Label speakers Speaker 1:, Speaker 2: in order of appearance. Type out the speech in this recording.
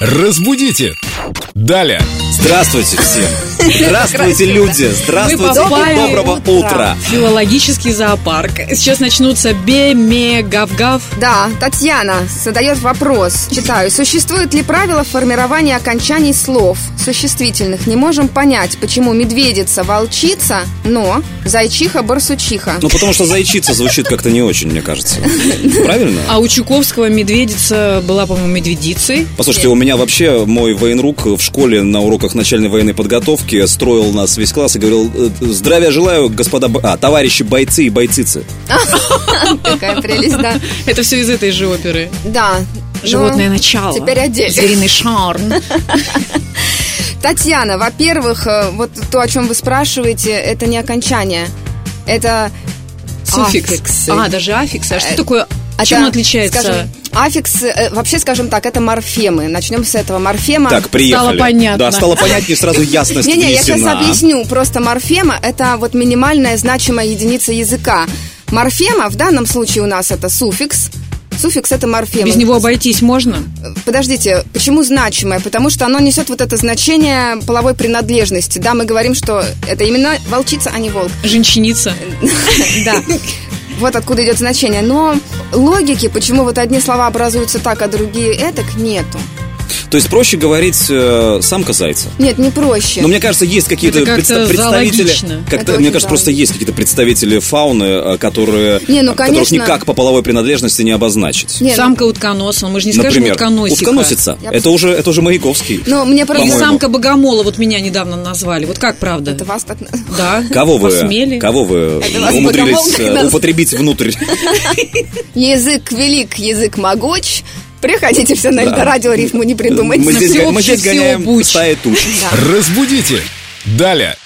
Speaker 1: Разбудите! Далее!
Speaker 2: Здравствуйте всем! Здравствуйте, люди!
Speaker 3: Мы
Speaker 2: Здравствуйте!
Speaker 3: попали
Speaker 2: Доброго утра!
Speaker 3: Филологический зоопарк. Сейчас начнутся беме гав гав
Speaker 4: Да, Татьяна задает вопрос. Читаю. Существует ли правило формирования окончаний слов существительных? Не можем понять, почему медведица волчица, но зайчиха барсучиха.
Speaker 2: Ну, потому что зайчица звучит как-то не очень, мне кажется. Правильно?
Speaker 3: А у Чуковского медведица была, по-моему, медведицей.
Speaker 2: Послушайте, у меня вообще мой военрук в школе на уроках начальной военной подготовки строил нас весь класс и говорил «Э, «Здравия желаю, господа, бо- а, товарищи бойцы и бойцицы».
Speaker 4: Такая прелесть, да.
Speaker 3: Это все из этой же оперы.
Speaker 4: Да. ну,
Speaker 3: Животное начало.
Speaker 4: теперь отдельно.
Speaker 3: Звериный шарм.
Speaker 4: Татьяна, во-первых, э, вот то, о чем вы спрашиваете, это не окончание. Это
Speaker 3: Суффикс.
Speaker 4: Аффиксы.
Speaker 3: А, даже аффикс. А что
Speaker 4: Э,
Speaker 3: такое?
Speaker 4: а
Speaker 3: Чем он
Speaker 4: это,
Speaker 3: отличается?
Speaker 4: скажем, аффиксы, э, вообще, скажем так, это морфемы. Начнем с этого. Морфема.
Speaker 2: Так, приехали.
Speaker 3: понятно.
Speaker 2: Да, стало понятнее, сразу ясность
Speaker 4: А, Не-не, я сейчас
Speaker 2: внесена.
Speaker 4: объясню. Просто морфема – это вот минимальная значимая единица языка. Морфема в данном случае у нас это суффикс. Суффикс – это морфема. Э,
Speaker 3: Без него обойтись можно?
Speaker 4: Подождите, почему значимое? Потому что оно несет вот это значение половой принадлежности. Да, мы говорим, что это именно волчица, а не волк.
Speaker 3: Женщиница.
Speaker 4: Да. Вот откуда идет значение. Но логики, почему вот одни слова образуются так, а другие этак, нету.
Speaker 2: То есть проще говорить э, «самка-зайца».
Speaker 4: Нет, не проще.
Speaker 2: Но мне кажется, есть какие-то
Speaker 3: Это как-то
Speaker 2: предста- представители.
Speaker 3: зоологично.
Speaker 2: Как-то,
Speaker 4: Это
Speaker 2: мне
Speaker 4: очень
Speaker 2: кажется, просто есть какие-то представители фауны, э, которые
Speaker 4: Не, ну,
Speaker 2: э, которых
Speaker 4: конечно.
Speaker 2: никак по половой принадлежности не обозначить.
Speaker 4: Не, ну,
Speaker 3: Самка утконоса. Мы же не скажем
Speaker 2: Например,
Speaker 3: утконосика.
Speaker 2: утконосица.
Speaker 4: Я Ну,
Speaker 2: Это уже это уже Маяковский.
Speaker 4: Но мне
Speaker 3: Или
Speaker 2: По-моему.
Speaker 4: правда...
Speaker 3: самка богомола. Вот меня недавно назвали. Вот как правда?
Speaker 4: Это вас так...
Speaker 3: Да.
Speaker 2: Кого вы,
Speaker 3: Посмели?
Speaker 2: кого вы
Speaker 4: Это вас
Speaker 2: умудрились
Speaker 4: богомолка
Speaker 2: э,
Speaker 4: нас-
Speaker 2: употребить внутрь?
Speaker 4: Язык велик, язык могуч. Приходите все на Эльдорадио, рифму не придумать.
Speaker 2: Мы здесь, га- мы
Speaker 3: всеобщий
Speaker 2: здесь гоняем
Speaker 3: всеобуч.
Speaker 2: стаи туч.
Speaker 4: Да.
Speaker 1: Разбудите! Далее!